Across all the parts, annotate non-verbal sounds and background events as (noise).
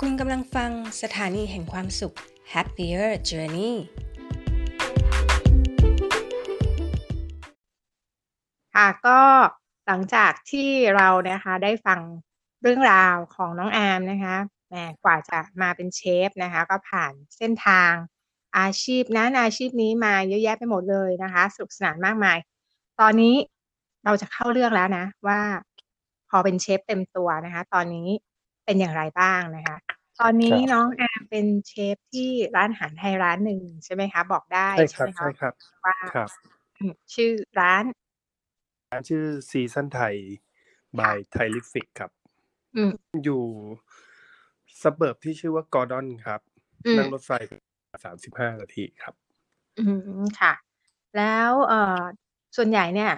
คุณกำลังฟังสถานีแห่งความสุข Happier Journey ค่ะก็หลังจากที่เรานะคะได้ฟังเรื่องราวของน้องอาร์มนะคะแหมกว่าจะมาเป็นเชฟนะคะ ก็ผ่านเส้นทางอาชีพนั้นอาชีพนี้มาเยอะแยะไปหมดเลยนะคะสนุกสนานมากมาย ตอนนี้เราจะเข้าเรื่องแล้วนะ ว่าพอเป็นเชฟเต็มตัวนะคะ ตอนนี้เป็นอย่างไรบ้างนะคะ ตอนนี้ ครับ น้องอาร์มเป็นเชฟที่ร้านอาหารไทยร้านหนึ่งใช่ไหมคะ บอกได้ ใช่ค ใช่ รับ ไหมคะใช่ครับ ว่า ครับ อืมชื่อร้าน ร้านชื่อซีซันไทย by ไทลิฟิกครับ อืม อยู่สับเบิร์บที่ชื่อว่ากอร์ดอนครับ อืม นั่งรถไฟสามสิบห้านาทีครับ อืมค่ะ แล้วเอ่อส่วนใหญ่เนี่ย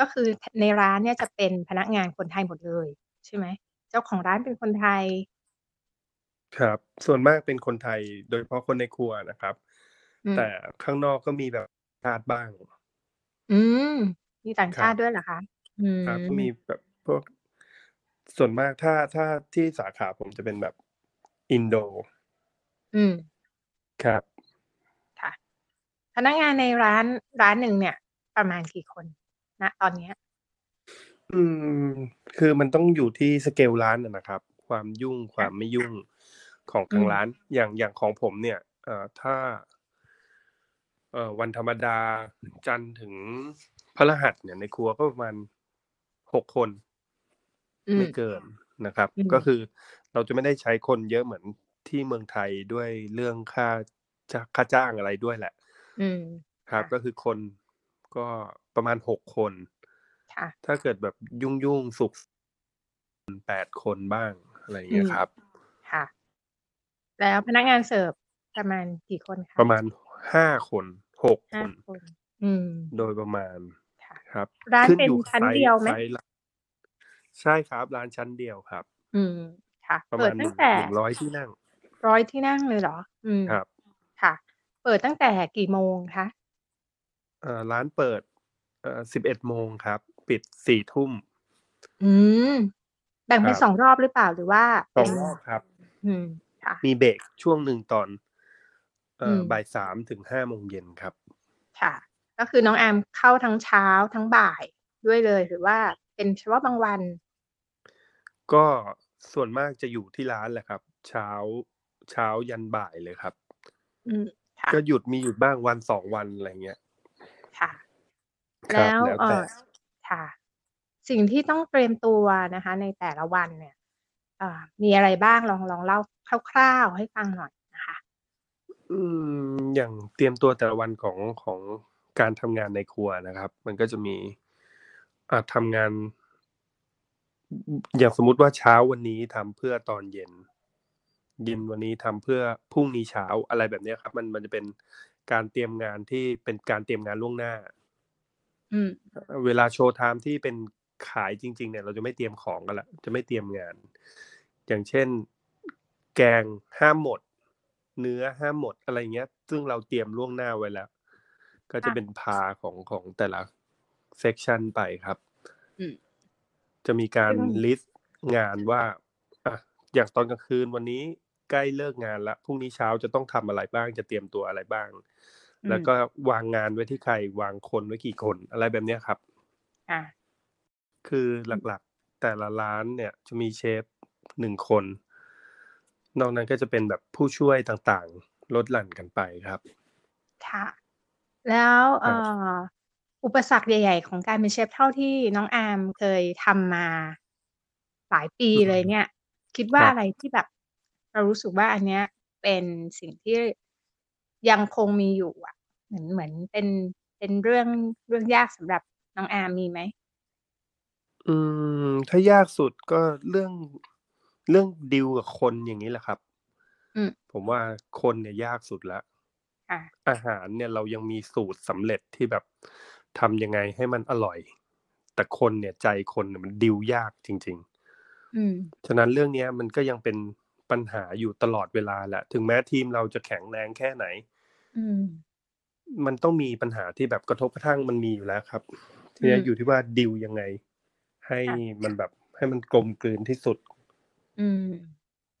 ก็คือในร้านเนี่ยจะเป็นพนักงานคนไทยหมดเลย ใช่ไหม เจ้าของร้านเป็นคนไทย ครับ ส่วนมากเป็นคนไทยโดยเฉพาะคนในครัวนะครับ อืม แต่ข้างนอกก็มีแบบชาติบ้าง อืมมีต่าง ครับ ชาติด้วยเหรอคะอืม ครับก็มีแบบพวกส่วนมากถ้าถ้าที่สาขาผมจะเป็นแบบอินโด อืม ครับ ค่ะ พนักงานในร้านร้านหนึ่งเนี่ย ประมาณกี่คนนะตอนเนี้ย อืมคือมันต้องอยู่ที่สเกลร้านนะนะครับ ความยุ่งความไม่ยุ่งของทา อืมงร้าน อย่างอย่างของผมเนี่ยเอ่อถ้าเอ่อวันธรรมดาจันทร์ถึงพระหัสเนี่ยในครัวก็ประมาณหกคน อืม ไม่เกินนะครับ อืม ก็คือเราจะไม่ได้ใช้คนเยอะเหมือนที่เมืองไทยด้วยเรื่องค่าจ้าค่าจ้างอะไรด้วยแหละ อืม ครับ ค่ะ ก็คือคนก็ประมาณหกคน ค่ะ ถ้าเกิดแบบยุ่งยุ่งสุกร์แปดคนบ้างอะไรอย่างเงี้ยครับ ค่ะ แล้วพนักงานเสิร์ฟประมาณกี่คนคะ ประมาณห้าคนหกค ห้าน คน อืม โดยประมาณ ค่ะ ครับ ร้าน ขึ้น เป็น อยู่ ชั้น ไซส์ เดียวไหม ไซส์ละใช่ครับ ร้านชั้นเดียวครับ อืม ค่ะ ประ เปิ มา ด ณห ตั้ นึ่ ง ง แต่ หนึ่งร้อยที่นั่ง ร้อยที่นั่งเลยเหรอ อืม ครับ ค่ะ เปิดตั้งแต่กี่โมงคะ เอ่อร้านเปิดเอ่อสิบเอ็ดโมงครับ ปิดสี่ทุ่ม อืม แบ่งเป็น ครับ สองรอบหรือเปล่าหรือว่า สอง เป็น รอบครับ อืม ค่ะ มีเบรกช่วงหนึ่งตอนเอ่ออ ม บ่ายสามถึงห้าโมงเย็นครับ ค่ะ ก็คือน้องแอมเข้าทั้งเช้าทั้งบ่ายด้วยเลย หรือว่าเป็นเฉพาะบางวัน ก็ส่วนมากจะอยู่ที่ร้านแหละครับ เช้าเช้ายันบ่ายเลยครับ อืม ค่ะ ก็หยุดมีหยุดบ้างวันสองวันอะไรเงี้ย ค่ะ ครับ แล้ว แล้ว เอ แต่ อค่ะ สิ่งที่ต้องเตรียมตัวนะคะ ในแต่ละวันเนี่ยเอ่อมีอะไรบ้างลองลองเล่าคร่าวๆให้ฟังหน่อยนะคะ อืมอย่างเตรียมตัวแต่ละวันของของการทำงานในครัวนะครับ มันก็จะมีอาจทำงาน อย่างสมมติว่าเช้าวันนี้ทำเพื่อตอนเย็น เย็นวันนี้ทำเพื่อพรุ่งนี้เช้าอะไรแบบเนี้ยครับ มันมันจะเป็นการเตรียมงานที่เป็นการเตรียมงานล่วงหน้า อืม เวลาโชว์ไทม์ที่เป็นขายจริง ๆ เนี่ย เราจะไม่เตรียมของกันละจะไม่เตรียมงาน อย่างเช่น แกงห้ามหมด เนื้อห้ามหมดอะไรเงี้ย ซึ่งเราเตรียมล่วงหน้าไว้แล้ว ก็จะ ค่ะ เป็นพาของของแต่ละเซกชันไปครับ อืม จะมีการ ซึ่ง ลิสต์งานว่าอ่ะอย่างตอนกลางคืนวันนี้ใกล้เลิกงานละพรุ่งนี้เช้าจะต้องทำอะไรบ้าง จะเตรียมตัวอะไรบ้าง อืม แล้วก็วางงานไว้ที่ใคร วางคนไว้กี่คนอะไรแบบเนี้ยครับ อ่า คือหลักๆ แต่ละร้านเนี่ยจะมีเชฟหนึ่งคน นอกนั้นก็จะเป็นแบบผู้ช่วยต่างๆ ลดหลั่นกันไปครับ ค่ะ แล้วเอ่ ครับ ออุปสรรคใหญ่ ๆ ของการเป็นเชฟเท่าที่น้องอาร์มเคยทำมาหลายปีเลยเนี่ย คิดว่า ครับ อะไรที่แบบ เรารู้สึกว่าอันเนี้ย เป็นสิ่งที่ยังคงมีอยู่อ่ะ เหมือนเหมือนเป็นเป็นเรื่องเรื่องยากสำหรับน้องอาร์มมีไหม อืมถ้ายากสุดก็เรื่องเรื่องดิวกับคนอย่างนี้แหละครับ อืม ผมว่าคนเนี่ยยากสุดละ ค่ะ อาหารเนี่ยเรายังมีสูตรสำเร็จที่แบบทำยังไงให้มันอร่อย แต่คนเนี่ยใจคนเนี่ยมันดิวยากจริง ๆ อืม ฉะนั้นเรื่องเนี้ยมันก็ยังเป็นปัญหาอยู่ตลอดเวลาแหละ ถึงแม้ทีมเราจะแข็งแรงแค่ไหน อืม มันต้องมีปัญหาที่แบบกระทบกระทั่งมันมีอยู่แล้วครับ ที อื เนี้ย ม อยู่ที่ว่าดิวยังไง ให้ ค่ะ มันแบบให้มันกลมกลืนที่สุด อืม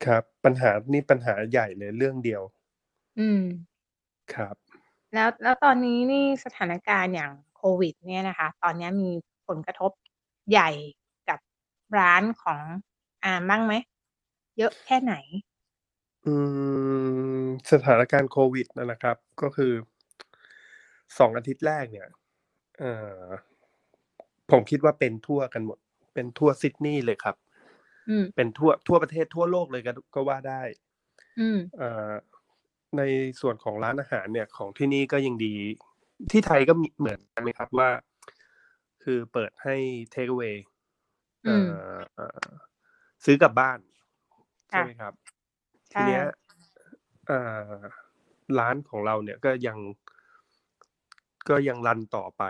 ครับ ปัญหานี่ปัญหาใหญ่เลยเรื่องเดียว อืม ครับ แล้วแล้วตอนนี้นี่สถานการณ์อย่างโควิด เนี่ยนะคะ ตอนนี้มีผลกระทบใหญ่กับร้านของอาร์มบ้างไหม เยอะแค่ไหน อืมสถานการณ์โควิดนะนะครับ ก็คือสองอาทิตย์แรกเนี่ยเอ่อผมคิดว่าเป็นทั่วกันหมด เป็นทั่วซิดนีย์เลยครับ อืม เป็นทั่วทั่วประเทศทั่วโลกเลยก็ก็ว่าได้ อืม เอ่อในส่วนของร้านอาหารเนี่ยของที่นี่ก็ยังดี ที่ไทยก็มีเหมือนกันไหมครับว่า คือเปิดให้ take away เอ่ออเอ่อซื้อกลับบ้าน ใช่ไหมครับ ใช่ ทีเนี้ยเอ่อร้านของเราเนี่ยก็ยัง ก็ยังรันต่อไป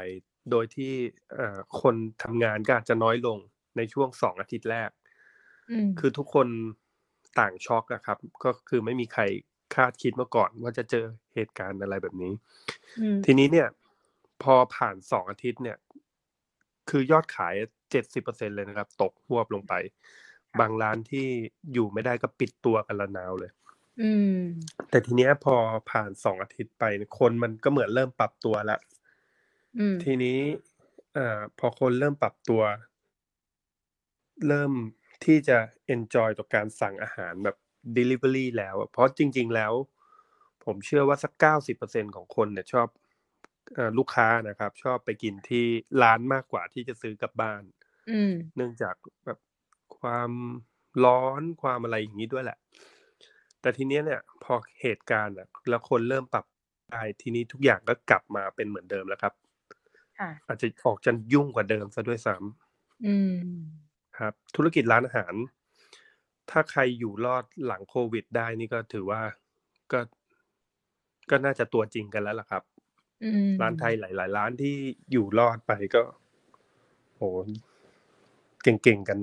โดยที่เอ่อคนทำงานก็อาจจะน้อยลงในช่วงสองอาทิตย์แรก อืม คือทุกคนต่างช็อกอะครับ ก็คือไม่มีใครคาดคิดมาก่อนว่าจะเจอเหตุการณ์อะไรแบบนี้ อืม ทีนี้เนี่ย พอผ่านสองอาทิตย์เนี่ย คือยอดขายเจ็ดสิบเปอร์เซ็นเลยนะครับ ตกหวบลงไป บางร้านที่อยู่ไม่ได้ก็ปิดตัวกันละนาวเลย อืม แต่ทีเนี้ยพอผ่านสองอาทิตย์ไปเนี่ยคนมันก็เหมือนเริ่มปรับตัวละ อืม ทีนี้เอ่อพอคนเริ่มปรับตัว เริ่มที่จะ enjoy ต่อการสั่งอาหารแบบ delivery แล้วอะเพราะจริง ๆ แล้ว ผมเชื่อว่าสัก 90%ของคนเนี่ยชอบเออลูกค้านะครับ ชอบไปกินที่ร้านมากกว่าที่จะซื้อกลับบ้าน อืม เนื่องจากแบบความร้อนความอะไรอย่างนี้ด้วยแหละ แต่ทีเนี้ยเนี่ยพอเหตุการณ์อะแล้วคนเริ่มปรับได้ทีนี้ทุกอย่างก็กลับมาเป็นเหมือนเดิมแล้วครับ ค่ะ อาจจะออกจะยุ่งกว่าเดิมซะด้วยซ้ อืม ำครับ ธุรกิจร้านอาหาร ถ้าใครอยู่รอดหลังโควิดได้นี่ก็ถือว่าก็ก็น่าจะตัวจริงกันแล้วล่ะครับ อืม ร้านไทยหลาย ๆ ร้านที่อยู่รอดไปก็โหเก่งๆกัน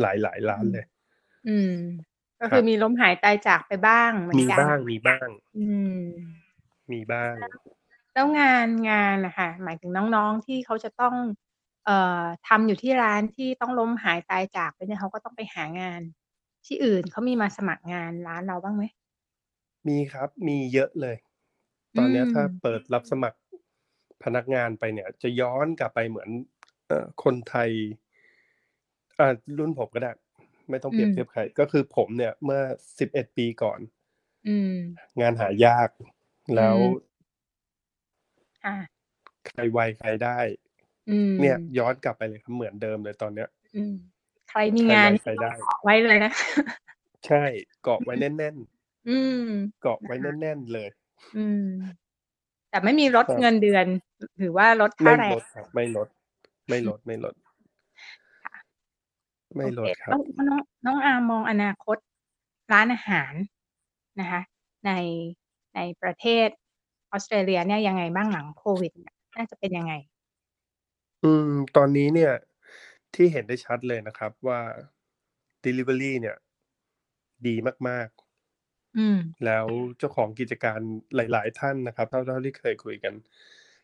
หลาย ๆ ร้านเลย อืม ก็ ครั คือบ มีล้มหายตายจากไปบ้างเหมือ มี นกัน บ้างมีบ้าง อืม มีบ้าง แล้วงานงานนะคะหมายถึงน้องๆที่เขาจะต้อง เอ่อทำอยู่ที่ร้านที่ต้องล้มหายตายจากไปเนี่ยเขาก็ต้องไปหางาน ที่อื่นเขามีมาสมัครงานร้านเราบ้างไหม มีครับ มีเยอะเลย ตอนเนี้ย อืม ถ้าเปิดรับสมัครพนักงานไปเนี่ย จะย้อนกลับไปเหมือนเอ่อคนไทยอ่ารุ่นผมก็ได้ ไม่ต้องเปรียบเทียบใคร ก็คือผมเนี่ย เมื่อสิบเอ็ดปีก่อน อืม งานหายาก แล้ว อืม อ่า ใครไวใครได้ อืม เนี่ย ย้อนกลับไปเลยครับเหมือนเดิมเลยตอนเนี้ย อืม ใครมี ใครง าน ไว นี่ ใครได้ ไว้เลยนะ ใช่ เกาะไว้แน่น อืม ๆ เกาะไว้แน่น ๆ เลย อืม แต่ไม่มีลด ครับ เงินเดือนหรือว่าลดค่า ไม่ แร ล ง ดครับ ไม่ลด ไม่ลด ไม่ลด ไม่ลโอดเค ครับ แล้วน้องน้องอามองอนาคตร้านอาหารนะคะ ในในประเทศออสเตรเลียเนี่ยยังไงบ้างหลังโควิดเนี่ยน่าจะเป็นยังไง อืมตอนนี้เนี่ยที่เห็นได้ชัดเลยนะครับว่า Delivery เนี่ย ดีมาก อืม ๆ แล้วเจ้าของกิจการหลาย ๆ ท่านนะครับ เท่าเท่าที่เคยคุยกัน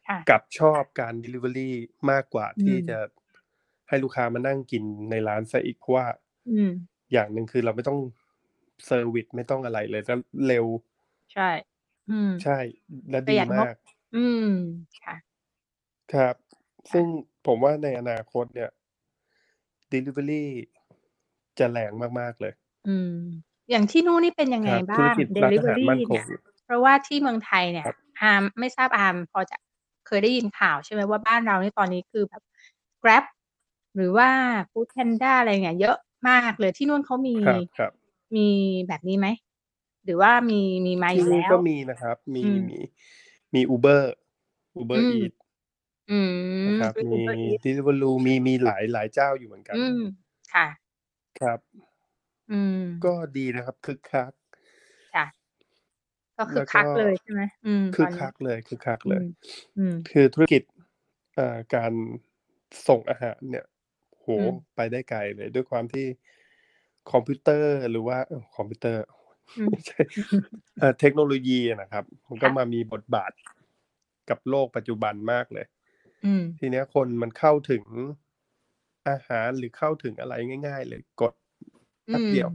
ค่ะ กลับชอบการ Delivery มากกว่า อืม ที่จะให้ลูกค้ามานั่งกินในร้านซะอีกเพราะว่า อืม อย่างหนึ่งคือเราไม่ต้องเซอร์วิสไม่ต้องอะไรเลยแล้วเร็ว ใช่ อืม ใช่และ ประ ดี หยัดงบ มาก อืม ค่ะ ครับ ซึ่งผมว่าในอนาคตเนี่ย Delivery จะแรงมาก ๆ เลย อืม อย่างที่นู่นนี่เป็นยัง ค ไง รับธุร บ้าง กิจร้านอาหาร Delivery มั่นค เนี่ ง ย เพราะว่าที่เมืองไทยเนี่ย ครับ อาร์มไม่ทราบอาร์มพอจะเคยได้ยินข่าวใช่ไหมว่าบ้านเรานี่ตอนนี้คือแบบ Grab หรือว่า Food Panda อะไรเงี้ยเยอะมากเลยที่นู่นเขามี ครับครับ มีแบบนี้ไหม หรือว่ามีมีมาอ ที่ ยู่ นี่ แล้ว ก็มีนะครับ มี อืม มีมีอูเบอร์อูเบอ อืมร์อีท อืม นะครับ คือ มี Uber Eats ดิลิเวอรูมีมีหลายหลายเจ้าอยู่เหมือนกัน อืม ค่ะ ครับ อืม ก็ดีนะครับคึกคัก ค่ะ ก็คือ แล้วก็ คักเลยใช่ไหมอืม คึ ตอก นนี้ คักเลยคึกคัก อื เลย ม อืม คือธุรกิจเอ่อการส่งอาหารเนี่ยโห อืม ไปได้ไกลเลยด้วยความที่คอมพิวเตอร์หรือว่าเอ่อคอมพิวเตอร์ อืม (laughs) เอ่อเทคโนโลยีอะนะครับ มันก็ ค่ะ มามีบทบาทกับโลกปัจจุบันมากเลย อืม ทีเนี้ยคนมันเข้าถึงอาหารหรือเข้าถึงอะไรง่าย ๆ เลยกด อื แป๊บ ม เดียว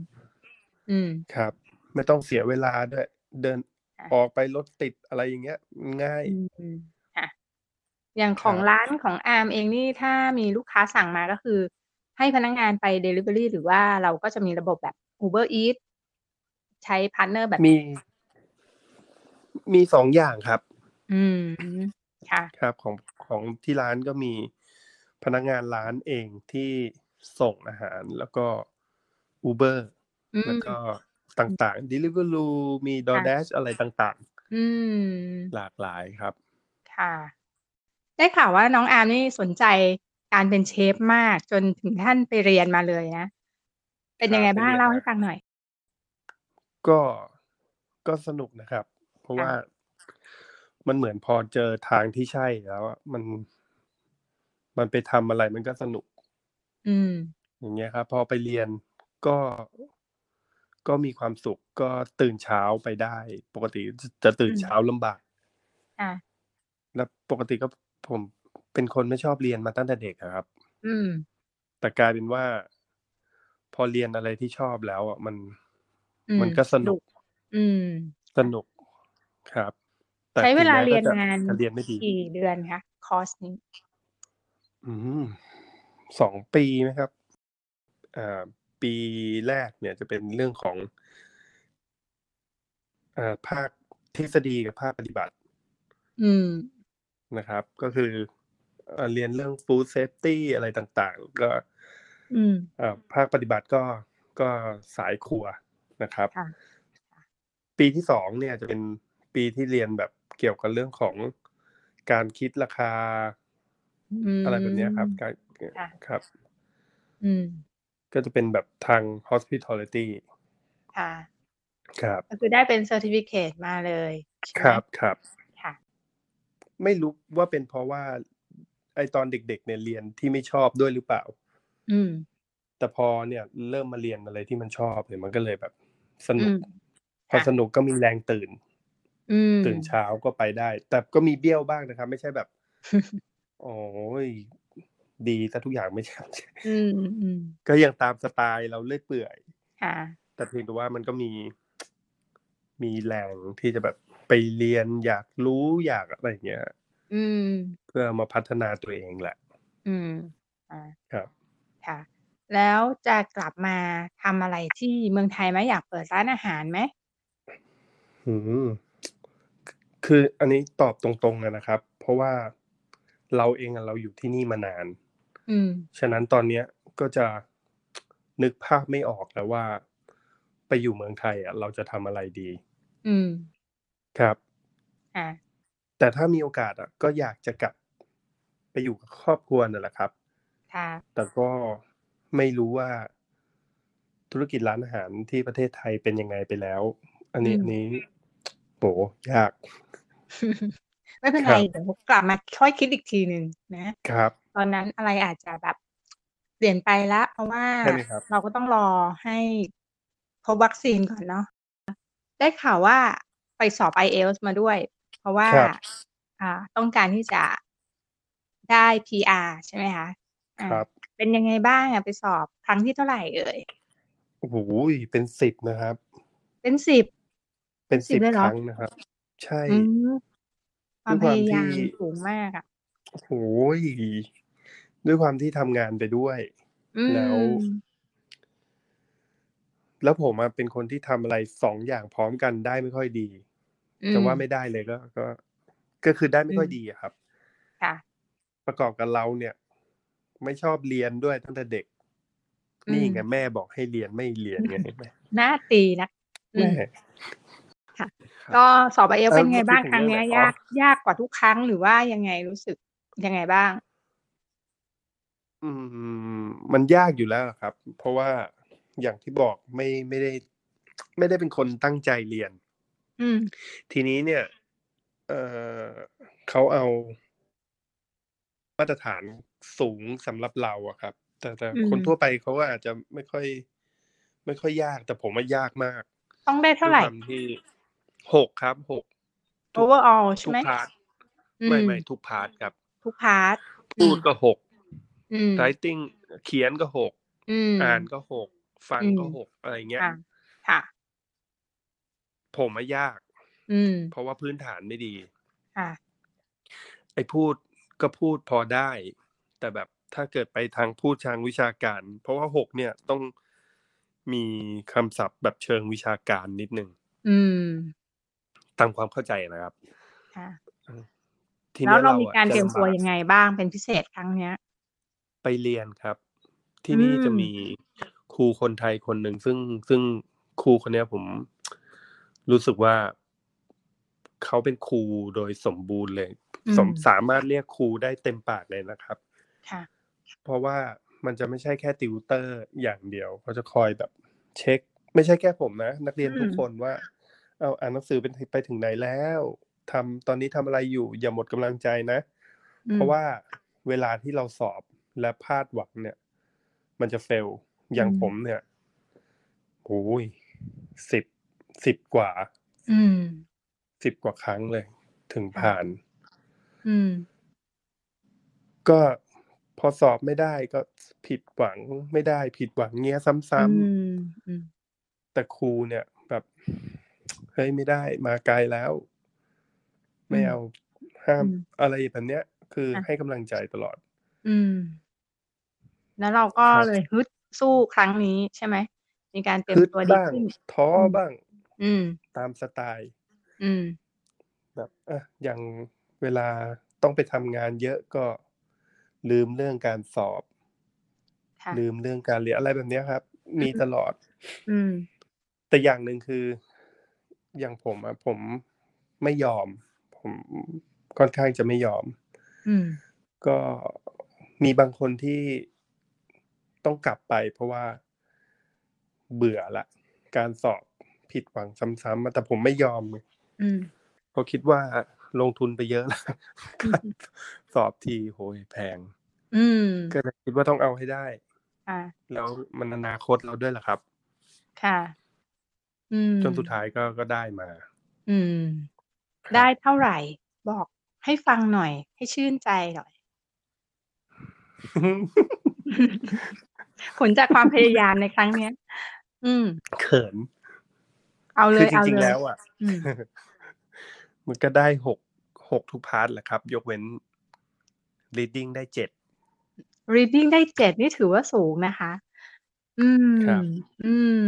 อืม ครับ ไม่ต้องเสียเวลาด้วย เดิน ค่ะ ออกไปรถติดอะไรอย่างเงี้ย ง่าย อืมค่ะอย่างของ ครับ ร้านของอาร์มเองนี่ถ้ามีลูกค้าสั่งมาก็คือ ให้พนักงานไป Delivery หรือว่าเราก็จะมีระบบแบบ Uber Eats ใช้พาร์ทเนอร์แบบ มี มีสองอย่างครับ อืมค่ะ ครับของของที่ร้านก็มีพนักงานร้านเองที่ส่งอาหารแล้วก็ Uber อื แล้ว ม ก็ต่างๆ Deliveroo มี DoorDash อะไรต่าง อืม ๆ หลากหลายครับ ค่ะ ได้ข่าวว่าน้องอาร์มนี่สนใจการเป็นเชฟมากจนถึงขั้นไปเรียนมาเลยนะ เป็นยังไง ครับ บ้าง ไปเรียน เล่า มา ให้ฟังหน่อย ก็ก็สนุกนะครับ เพราะว่ามันเหมือนพอเจอทางที่ใช่แล้วอะมัน มันไปทำอะไรมันก็สนุก อืม อย่างเงี้ยครับ พอไปเรียนก็ก็มีความสุขก็ตื่นเช้าไปได้ ปกติจะตื่น อืม เช้าลำบาก อ่ะ แล้วปกติก็ผมเป็นคนไม่ชอบเรียนมาตั้งแต่เด็กอะครับ อืม แต่กลายเป็นว่า พอเรียนอะไรที่ชอบแล้วอ่ะมัน อื มันก็สนุก อืม สนุกครับ แต่ ใช้เวลา ถึ เรียน แม้ก็จะ งาน จะเรียนไม่ดี กี่เดือนคะคอร์สนี้ อืมสองปีไหมครับอ่าปีแรกเนี่ยจะเป็นเรื่องของอ่าภาคทฤษฎีกับภาคปฏิบัติ อืม นะครับ ก็คือเอ่อเรียนเรื่อง food safety อะไรต่างๆ ก็ อืม เอ่อภาคปฏิบัติก็ก็สายครัวนะครับ ค่ะ ปีที่สองเนี่ยจะเป็นปีที่เรียนแบบเกี่ยวกับเรื่องของการคิดราคาอะไรแบบเนี้ยครับการ ค่ะ ครับ อืม ก็จะเป็นแบบทาง hospitality ค่ะ ครับ ก็คือได้เป็นเซอร์ติฟิเคตมาเลยใช่ไหม ครับครับ ค่ะ ไม่รู้ว่าเป็นเพราะว่า ไอตอนเด็กๆเนี่ยเรียนที่ไม่ชอบด้วยหรือเปล่า อืม แต่พอเนี่ยเริ่มมาเรียนอะไรที่มันชอบเนี่ยมันก็เลยแบบสนุ อื ก ม พอ ค่ะ สนุกก็มีแรงตื่น อืม ตื่นเช้าก็ไปได้ แต่ก็มีเบี้ยวบ้างนะครับ ไม่ใช่แบบ (laughs) โอ้ยดีซะทุกอย่างไม่ใช่ (laughs) อืมอืม ก็ยังตามสไตล์เราเลื่อยเปื่อย ค่ะ แต่เพียงแต่ว่ามันก็มี มีแรงที่จะแบบไปเรียนอยากรู้อยากอะไรอย่างเงี้ย อืม เพื่อมาพัฒนาตัวเองแหละ อืม อ่า ครับ ค่ะ แล้วจะกลับมาทำอะไรที่เมืองไทยไหมอยากเปิดร้านอาหารไหม อืมคืออันนี้ตอบตรงๆเลยนะครับ เพราะว่าเราเองอะเราอยู่ที่นี่มานาน อืม ฉะนั้นตอนเนี้ยก็จะนึกภาพไม่ออกแล้วว่า ไปอยู่เมืองไทยอ่ะเราจะทำอะไรดี อืม ครับ อ่า แต่ถ้ามีโอกาสอ่ะก็อยากจะกลับไปอยู่กับครอบครัวนั่นแหละครับ ค่ะ (laughs) แต่ก็ไม่รู้ว่าธุรกิจร้านอาหารที่ประเทศไทยเป็นยังไงไปแล้ว อันนี้ อืม อันนี้โหยาก ไม่เป็น ค ไร รับ เดี๋ยวกลับมาค่อยคิดอีกทีหนึ่งนะ ครับ ตอนนั้นอะไรอาจจะแบบเปลี่ยนไปละ เพราะว่า ใช่ไหมครับ เราก็ต้องรอให้พบวัคซีนก่อนเนาะได้ข่าวว่าไปสอบ i อเอลมาด้วย เพราะว่า ครับ อ่าต้องการที่จะได้ PR ใช่ไหมคะอ่า ครับ เป็นยังไงบ้างอะไปสอบครั้งที่เท่าไหร่เอ่ย โอ้โหเป็นสิบนะครับ เป็นสิบ เป็น สิ สิ บบ เลยเหร ค อ รั้งนะครับ ใช่ อืมความพ ด้วยยาความยาม ที่ สูงมากอ่ะ โอ้โหด้วยความที่ทำงานไปด้วย อื แล้ว ม แล้วผมอะเป็นคนที่ทำอะไรสองอย่างพร้อมกันได้ไม่ค่อยดี อืม จะว่าไม่ได้เลยก็ ก็ ก็คือได้ไม่ค่อยดีอะครับ ค่ะ ประกอบกับเราเนี่ย ไม่ชอบเรียนด้วยตั้งแต่เด็ก อืม นี่ไงแม่บอกให้เรียนไม่เรียนไงแม่ หน้าตีนะอืม แม่ ครับ ก็สอบไอเอล เอ่อ เป็นไงบ้าง พูดถึง ครั้ง เรื่อง เนี้ย ไหนอ๋อ ยากยากกว่าทุกครั้งหรือว่ายังไงรู้สึกยังไงบ้าง อืม มันยากอยู่แล้วล่ะครับ เพราะว่าอย่างที่บอกไม่ไม่ได้ ไม่ได้เป็นคนตั้งใจเรียน อืม ทีนี้เนี่ย เออเขาเอามาตรฐานสูงสำหรับเราอะครับ แต่แต่ อืม คนทั่วไปเขาก็อาจจะไม่ค่อย ไม่ค่อยยาก แต่ผมว่ายากมาก ต้องได้เท่าไหร่ ด้วยความที่หกครับหก ทุก overall ใช่ ทุก ไหม พาร์ท อื ไม่ไม่ทุกพาร์ทครับ ทุกพาร์ท พูดก็หก อืม ไรติ้งเขียนก็หก อืม อ่านก็หกฟังก็ อืม หกอะไรเงี้ย ค่ะ ค่ะ ผมไม่ยาก อืม เพราะว่าพื้นฐานไม่ดี ค่ะ ไอ้พูดก็พูดพอได้ แต่แบบถ้าเกิดไปทางพูดทางวิชาการ เพราะว่าหกเนี่ยต้องมีคำศัพท์แบบเชิงวิชาการนิดนึง อืม ตามความเข้าใจนะครับ ค่ะ ที แล้ว นี้ย เรามี อะ การเตรียมตัวยังไงบ้างเป็นพิเศษครั้งเนี้ย ไปเรียนครับ ที่นี่ อืม จะมีครูคนไทยคนหนึ่งซึ่งซึ่งครูคนเนี้ยผมรู้สึกว่าเขาเป็นครูโดยสมบูรณ์เลย อื สมสามารถเรียกครูได้เต็มปากเลยนะครับ ค่ะ เพราะว่ามันจะไม่ใช่แค่ติวเตอร์อย่างเดียวเขาจะคอยแบบเช็ค ไม่ใช่แค่ผมนะ นักเรียนทุก อืม คนว่า เอาอ่านหนังสือเป็นไปถึงไหนแล้วทำตอนนี้ทำอะไรอยู่ อย่าหมดกำลังใจนะ อืม เพราะว่าเวลาที่เราสอบและพลาดหวังเนี่ย มันจะเฟล อย่าง อืม ผมเนี่ยโอ้ยสิบสิบกว่า อืม สิบกว่าครั้งเลย ถึงผ่าน อืม ก็พอสอบไม่ได้ก็ผิดหวังไม่ได้ผิดหวังเงี้ยซ้ำ อื ๆ มอืม แต่ครูเนี่ยแบบ เฮ้ยไม่ได้มาไกลแล้ว ไม่เอาห้าม อืม อะไรแบบเนี้ย คืออะ ให้กำลังใจตลอด อืม แล้วเราก็ ครับ เลยฮึดสู้ครั้งนี้ใช่ไหม มีการเตรียม ฮึด ตัวดี บ้าง ขึ้น ท้ออ ม บ้าง อืม ตามสไตล์ อืม แบบอ่ะอย่างเวลาต้องไปทำงานเยอะก็ลืมเรื่องการสอบ ค่ะ ลืมเรื่องการเรียนอะไรแบบเนี้ยครับ มีตลอด อืม แต่อย่างหนึ่งคืออย่างผมอะผมไม่ยอม ผมค่อนข้างจะไม่ยอม อืม ก็มีบางคนที่ต้องกลับไปเพราะว่าเบื่อละการสอบผิดหวังซ้ำๆมาแต่ผมไม่ยอมไง อืม เพราะคิดว่าลงทุนไปเยอะ (laughs) แล้ว อืม สอบทีโหยแพง อืม ก็เลยคิดว่าต้องเอาให้ได้ ค่ะ แล้วมันอนาคตเราด้วยล่ะครับ ค่ะ อืม จนสุดท้ายก็ก็ได้มา อืม ครับ ได้เท่าไหร่ บอกให้ฟังหน่อย ให้ชื่นใจหน่อย ผลจากความพยายามในครั้งเนี้ย อืม (laughs) เขิน เอาเล คื ย จ เอา ริง เลยๆแล้วอ่ะ อืม (laughs) มันก็ได้หกหกทุกพาร์ทแหละครับ ยกเว้น reading ได้เจ็ด reading ได้เจ็ดนี่ถือว่าสูงนะคะ อืม ครับ อืม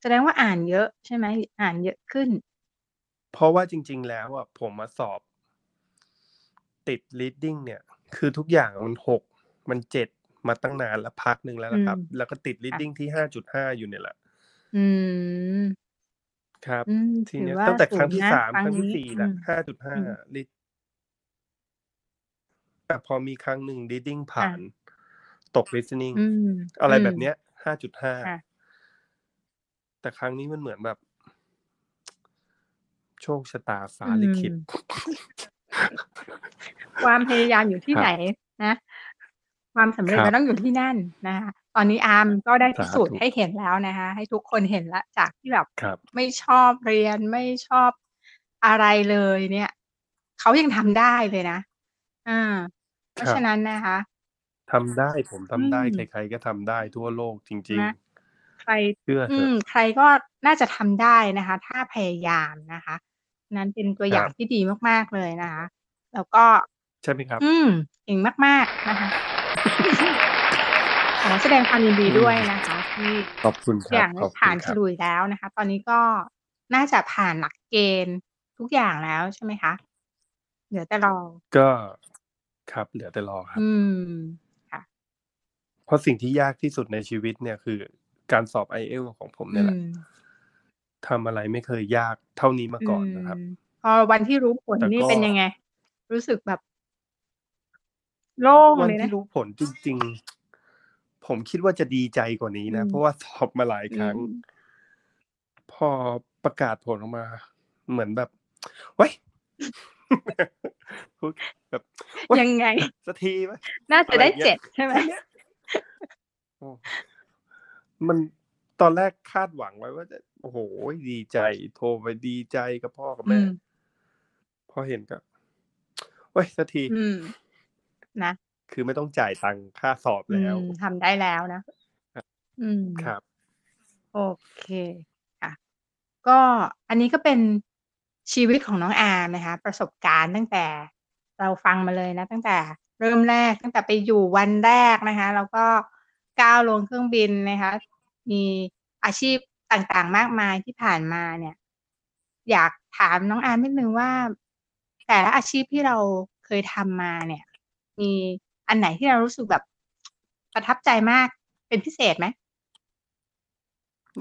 แสดงว่าอ่านเยอะใช่ไหม อ่านเยอะขึ้น เพราะว่าจริง ๆ แล้วอ่ะผมมาสอบติด reading เนี่ย คือทุกอย่างมันหกมันเจ็ดมาตั้งนานแล้วพักหนึ่งแล้วนะครับ อืม แล้วก็ติด reading ที่ห้าจุดห้าอยู่เนี่ยแหละ อืม ครับ อืม ที ถือ เนี้ย ว่า ตั้งแต่ครั้งที่ นะ สาม ครั้ ค ง รั้งที่ นี้ สี่ อื ละ ม ห้าจุดห้า อืม read แต่พอมีครั้งหนึ่ง reading ผ่าน ตก listening อืม อะไรแบบ ม เนี้ยห้าจุดห้า ค่ะ แต่ครั้งนี้มันเหมือนแบบ โชคชะตาฟ้า อืม ลิขิต ความพยายามอยู่ที่ ครับ ไหนนะ ความสำเร็จ ครับ มันต้องอยู่ที่นั่นนะคะตอนนี้อาร์มก็ได้พิสูจน์ สาธุ ให้เห็นแล้วนะคะ ให้ทุกคนเห็นละจากที่แบบ ครับ ไม่ชอบเรียนไม่ชอบอะไรเลยเนี่ย เขายังทำได้เลยนะอ่าเพราะ ครับ ฉะนั้นนะคะ ทำได้ผมทำได้ อืม ใครๆก็ทำได้ทั่วโลกจริง นะใคร ๆ เชื่อเถ อื อะ ม ใครก็น่าจะทำได้นะคะ ถ้าพยายามนะคะ นั้นเป็นตัวอย่าง ครับ ที่ดีมากๆเลยนะคะ แล้วก็ ใช่ไหมครับ อืมเก่งมาก ๆ นะคะ (laughs) ขอแสดงความยินดีด้วยนะคะ ที่ ขอบคุณค อ รับ ย่าง ขอบคุ ผ่าน ณค ฉ รับ ลุยแล้วนะคะ ตอนนี้ก็น่าจะผ่านหลักเกณฑ์ทุกอย่างแล้วใช่ไหมคะเหลือแต่รอ ก็ครับเหลือแต่รอครับ อืม เพราะสิ่งที่ยากที่สุดในชีวิตเนี่ยคือ การสอบ i อเอลของผม อื เนี่ยแหละ ม ทำอะไรไม่เคยยากเท่านี้มาก่อนนะครับ มพอวันที่รู้ผล แต่ นี่ ก็ เป็นยังไง รู้สึกแบบโล่ง วัน เลยนะ ที่รู้ผลจริง ๆ ผมคิดว่าจะดีใจกว่านี้นะ อืม เพราะว่าสอบมาหลายครั้ง อืม พอประกาศผลออกมา เหมือนแบบเว้ย (laughs) พูดแบบเว้ย ยังไง สักทีไหม น่าจะได้ อะไรเงี้ย เจ็ดใช่ไหม โอ้มันตอนแรกคาดหวังไว้ว่าจะโอ้โหดีใจ โทรไปดีใจกับพ่อกับ อื แม่ ม พอเห็นก็เว้ยสักที อืม นะ คือไม่ต้องจ่ายตังค่าสอบ อื แล้ว มทำได้แล้วนะ อืม ครับ โอ โอเคค่ะ ก็อันนี้ก็เป็นชีวิตของน้องอาร์มนะคะ ประสบการณ์ตั้งแต่เราฟังมาเลยนะ ตั้งแต่เริ่มแรกตั้งแต่ไปอยู่วันแรกนะคะ แล้วก็ก้าวลงเครื่องบินนะคะ มีอาชีพต่างๆมากมายที่ผ่านมาเนี่ย อยากถามน้องอาร์มนิดนึงว่า แต่ละอาชีพที่เราเคยทำมาเนี่ย มีอันไหนที่เรารู้สึกแบบประทับใจมากเป็นพิเศษไหม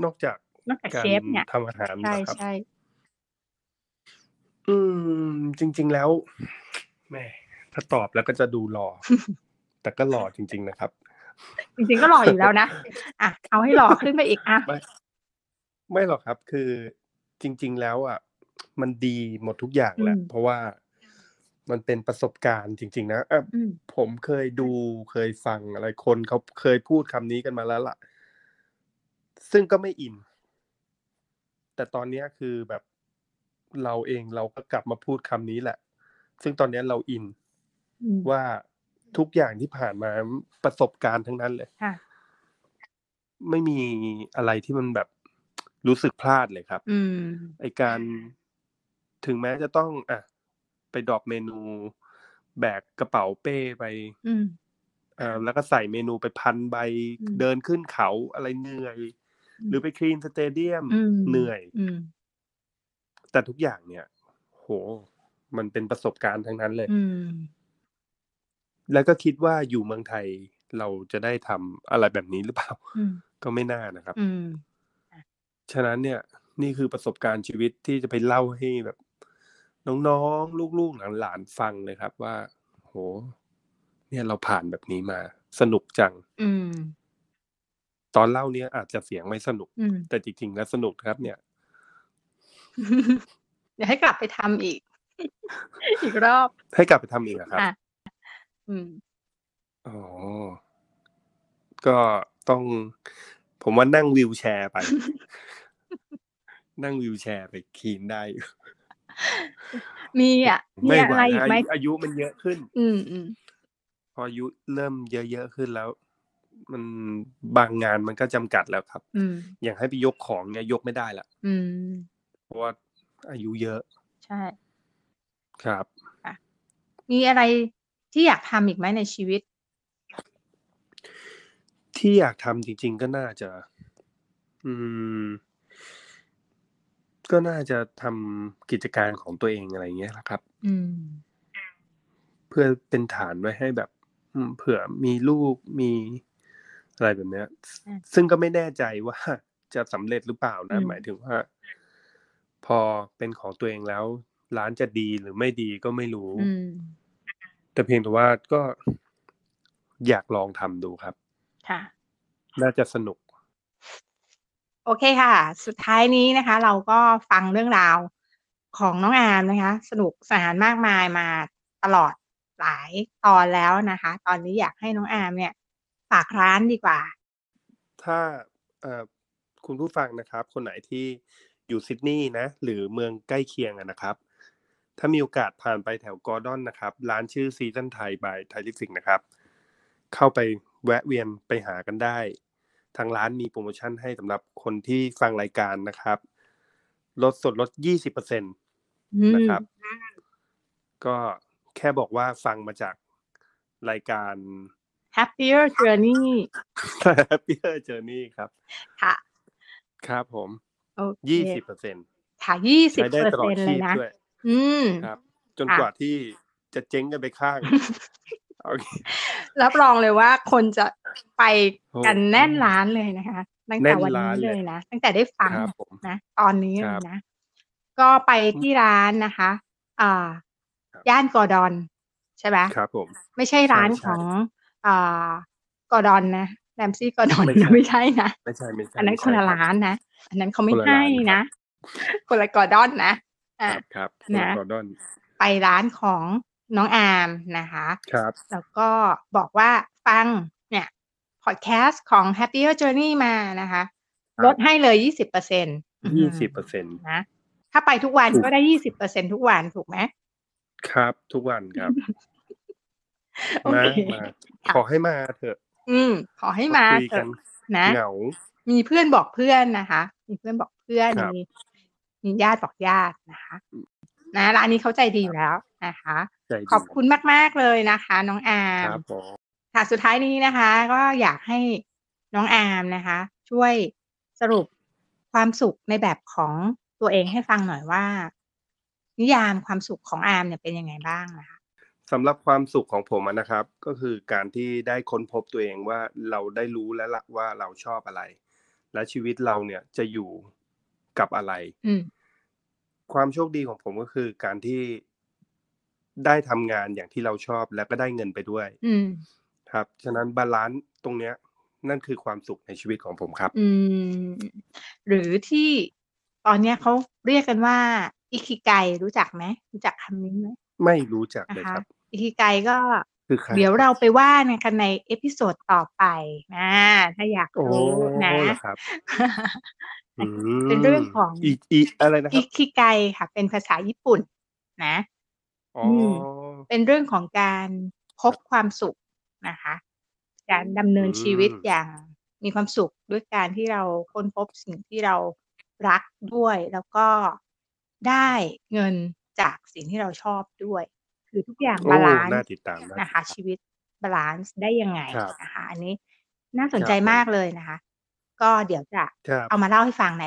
นอกจาก นอกจาก การ เชฟเนี่ย ทำอาหาร ใช่ นะครับ ใช่ อืม จริง ๆ แล้วแหม่ถ้าตอบแล้วก็จะดูหล่ (laughs) อ แต่ก็หล่อจริง ๆ นะครับ จริงๆก็หล่ออยู่แล้วนะ (laughs) อ่ะ เอาให้หล่อขึ้นไปอีกอ่ะ ไม่ไม่หรอกครับคือจริง ๆ แล้วอ่ะมันดีหมดทุกอย่างแหละ อืม เพราะว่ามันเป็นประสบการณ์จริง ๆ นะเอ่อ อืม ผมเคยดูเคยฟังอะไรคนเขาเคยพูดคำนี้กันมาแล้วล่ะ ซึ่งก็ไม่อิน แต่ตอนเนี้ยคือแบบเราเองเราก็กลับมาพูดคำนี้แหละ ซึ่งตอนเนี้ยเราอิน อืม ว่าทุกอย่างที่ผ่านมาประสบการณ์ทั้งนั้นเลย ค่ะ ไม่มีอะไรที่มันแบบรู้สึกพลาดเลยครับ อืม ไอการถึงแม้จะต้องอ่ะไปดรอปเมนู แบกกระเป๋าเป้ไป อืม เอ่อแล้วก็ใส่เมนูไปพันใบ อืม เดินขึ้นเขาอะไรเหนื่อย หรือไปคลีนสเตเดียม ม เหนื่อย อืม แต่ทุกอย่างเนี่ย โห มันเป็นประสบการณ์ทั้งนั้นเลย อืม แล้วก็คิดว่าอยู่เมืองไทยเราจะได้ทำอะไรแบบนี้หรือเปล่า (laughs) อืม ก็ไม่น่านะครับ อืม ฉะนั้นเนี่ยนี่คือประสบการณ์ชีวิตที่จะไปเล่าให้แบบ น้องๆ ลูกๆหลานๆฟังเลยครับว่า โห เนี่ยเราผ่านแบบนี้มา สนุกจัง อืม ตอนเล่าเนี่ยอาจจะเสียงไม่สนุก อืม (laughs) แต่จริงๆแล้วสนุกครับ เนี่ย เดี๋ยวให้กลับไปทำอีก (laughs) อีกรอบ ให้กลับไปทำอีกเหรอครับ อ่ะ อืม อ๋อ ก็ต้อง ผมว่านั่งวิวแชร์ไป (laughs) นั่งวิวแชร์ไปคลีนได้อยู่ มีอ่ะ มี ไม่ อะ ไหว ไรอีก อา ไหม ยุอายุมันเยอะขึ้น อืม อืม พออายุเริ่มเยอะๆขึ้นแล้ว มันบางงานมันก็จำกัดแล้วครับ อืม อย่างให้ไปยกของเนี่ยยกไม่ได้ละ อืม เพราะว่าอายุเยอะ ใช่ ครับ มีอะไรที่อยากทำอีกไหมในชีวิต ที่อยากทำจริง ๆ ก็น่าจะ อืม ก็น่าจะทำกิจการของตัวเองอะไรเงี้ยละครับ อืม เพื่อเป็นฐานไว้ให้แบบ อืมเผื่อมีลูกมีอะไรแบบเนี้ย อืม ซึ่งก็ไม่แน่ใจว่า จะสำเร็จหรือเปล่านะ อืม หมายถึงว่า พอเป็นของตัวเองแล้ว ร้านจะดีหรือไม่ดีก็ไม่รู้ อืม แต่เพียงแต่ว่าก็อยากลองทำดูครับ ค่ะ น่าจะสนุก โอเคค่ะ สุดท้ายนี้นะคะ เราก็ฟังเรื่องราวของน้องอามนะคะ สนุกสนานมากมายมาตลอดหลายตอนแล้วนะคะ ตอนนี้อยากให้น้องอามเนี่ย ฝากร้านดีกว่า ถ้าเอ่อคุณผู้ฟังนะครับ คนไหนที่อยู่ซิดนีย์นะ หรือเมืองใกล้เคียงอะนะครับ ถ้ามีโอกาสผ่านไปแถวกอร์ดอนนะครับ ร้านชื่อซีซันไทยบายไทยลิสิกนะครับ เข้าไปแวะเวียนไปหากันได้ ทางร้านมีโปรโมชั่นให้สำหรับคนที่ฟังรายการนะครับ ลดสดลด 20% อืม นะครับ ก็แค่บอกว่าฟังมาจากรายการ (laughs) แฮปปี้ journey Happy Journey ครับ ค่ะ ครับผม โอเค ยี่สิบเปอร์เซ็นต์ ค่ะยี่สิบ ใช้ได้ เปอร์ ตลอ เซ็ ด นต์เลยชีพ นะ ด้วย อืม ครับ จน ค่ะ กว่าที่จะเจ๊งกันไปข้างโอเค รับรองเลยว่าคนจะไปกัน โอ้ แน่นร้านเลยนะคะ ตั้งแต่วันนี้ แน่นร้าน เล เลย ย นะ ตั้งแต่ได้ฟัง ครับผม นะตอนนี้เลย ครับ นะ ก็ไปที่ร้านนะคะ อ่า ครับ ย่านกอร์ดอน ใช่ไหม ครับผม ไม่ใช่ร้าน ใช่ใช่ ของอ่ากอร์ดอนนะแรมซี่กอร์ดอน ไม่ใช่ ไม่ใช่นะ ไม่ใช่ไม่ใช่ อันนั้น ไม่ ค ใช่ นละ รับ ร้านนะ อันนั้นเขาไม่ คนละ ให้ ร้าน นะ คนละกอร์ดอนนะ ค อ่ะ รับครับ นะ กอร์ดอน ไปร้านของน้องอาร์มนะคะ ครับ แล้วก็บอกว่าฟังเนี่ยพอดแคสต์ของ Happier Journey มานะคะ ครับ ลดให้เลยยี่สิบเปอร์เซ็นต์ ยี่สิบเปอร์เซ็นต์ นะถ้าไปทุกวันก็ได้ยี่สิบเปอร์เซ็นทุกวันถูกไหม ครับ ทุกวันครับ โอ มา เค มา ค่ะ ขอให้มาเถอะ อืม ขอให้มา คุย เถ กั อะ น นะ เหงา มีเพื่อนบอกเพื่อนนะคะ มีเพื่อนบอกเพื่อน ครับ มีมีญาติบอกญาตินะคะ นะร้านนี้เขาใจดีอยู่แล้วนะคะ ใจดี ขอบคุณมาก ๆ เลยนะคะ น้องอา ค ร์ม รับผม ค่ะสุดท้ายนี้นะคะ ก็อยากให้น้องอาร์มนะคะ ช่วยสรุปความสุขในแบบของตัวเองให้ฟังหน่อยว่า นิยามความสุขของอาร์มเนี่ยเป็นยังไงบ้างนะคะ สำหรับความสุขของผมอะนะครับ ก็คือการที่ได้ค้นพบตัวเองว่าเราได้รู้และละว่าเราชอบอะไร และชีวิตเราเนี่ยจะอยู่กับอะไร อืม ความโชคดีของผมก็คือการที่ได้ทำงานอย่างที่เราชอบและก็ได้เงินไปด้วย อืม ครับฉะนั้นบาลานซ์ตรงเนี้ย นั่นคือความสุขในชีวิตของผมครับ อืม หรือที่ตอนเนี้ยเขาเรียกกันว่า อิคิไกรู้จักไหมรู้จักคำนี้ไหม ไม่รู้จัก นะ เลย คะ ครับ อิคิไกก็ คือใคร เดี๋ยวเราไปว่ากันในเอพิโซดต่อไปนะถ้าอยาก โอ้โห รู้ (laughs) นะ เหรอครับอืม เป็นเรื่องของ อีอีอะไรนะค อิ รับ คิไกค่ะ เป็นภาษาญี่ปุ่นนะ อ๋ออ เป็นเรื่องของการพบความสุขนะคะ การดำเนิน อืม ชีวิตอย่างมีความสุขด้วยการที่เราค้นพบสิ่งที่เรารักด้วย แล้วก็ได้เงินจากสิ่งที่เราชอบด้วย คือทุกอย่างบาลาน โอ้ ซ์ น่าติดตามมาก นะคะชีวิตบาลานซ์ได้ยังไง ครับ นะคะอันนี้น่าสนใจ ครับผม มากเลยนะคะ ก็เดี๋ยวจะ ครับ เอามาเล่าให้ฟังใน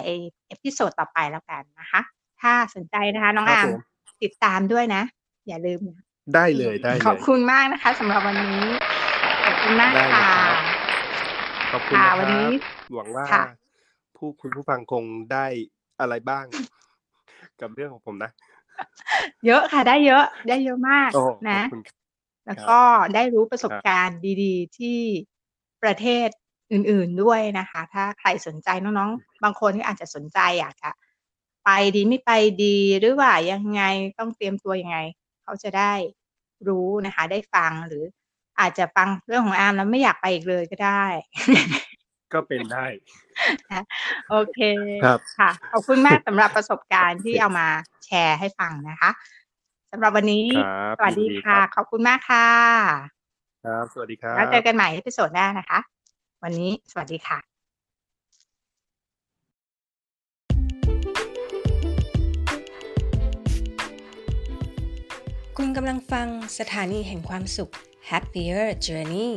เอพิโซดต่อไปแล้วกันนะคะ ถ้าสนใจนะคะน้อง ครับ อาร์ม ผม ติดตามด้วยนะ อย่าลืมนะ ได้เลยได้เลย ขอบคุณมากนะคะสำหรับวันนี้ขอบคุณมาก ได้เลย ค่ะ ครับ ขอบคุณนะ ค่ะ ครับ วันนี้ หวังว่า ค่ะ ผู้คุณผู้ฟังคงได้อะไรบ้าง กับเรื่องของผมนะ เยอะค่ะได้เยอะได้เยอะมาก โอ้ขอ นะ บคุณครับ แล้วก็ได้รู้ประสบการณ์ดีๆ ที่ประเทศอื่นๆด้วยนะคะ ถ้าใครสนใจน้องๆ บางคนก็อาจจะสนใจอยากจะไปดีไม่ไปดีหรือว่ายังไงต้องเตรียมตัวยังไง เขาจะได้รู้นะคะ ได้ฟังหรืออาจจะฟังเรื่องของอาร์มแล้วไม่อยากไปอีกเลยก็ได้ ก็เป็นได้ โอเค ครับ ค่ะขอบคุณมากสำหรับประสบการณ์ที่เอามาแชร์ให้ฟังนะคะสำหรับวันนี้ ครับ สวัสดี ยินดีค ค่ะ รับ ขอบคุณมากค่ะ ครับ สวัสดีครับ แล้วเจอกันใหม่ในเอพิโซดหน้านะคะ วันนี้สวัสดีค่ะ คุณกำลังฟังสถานีแห่งความสุข Happier Journey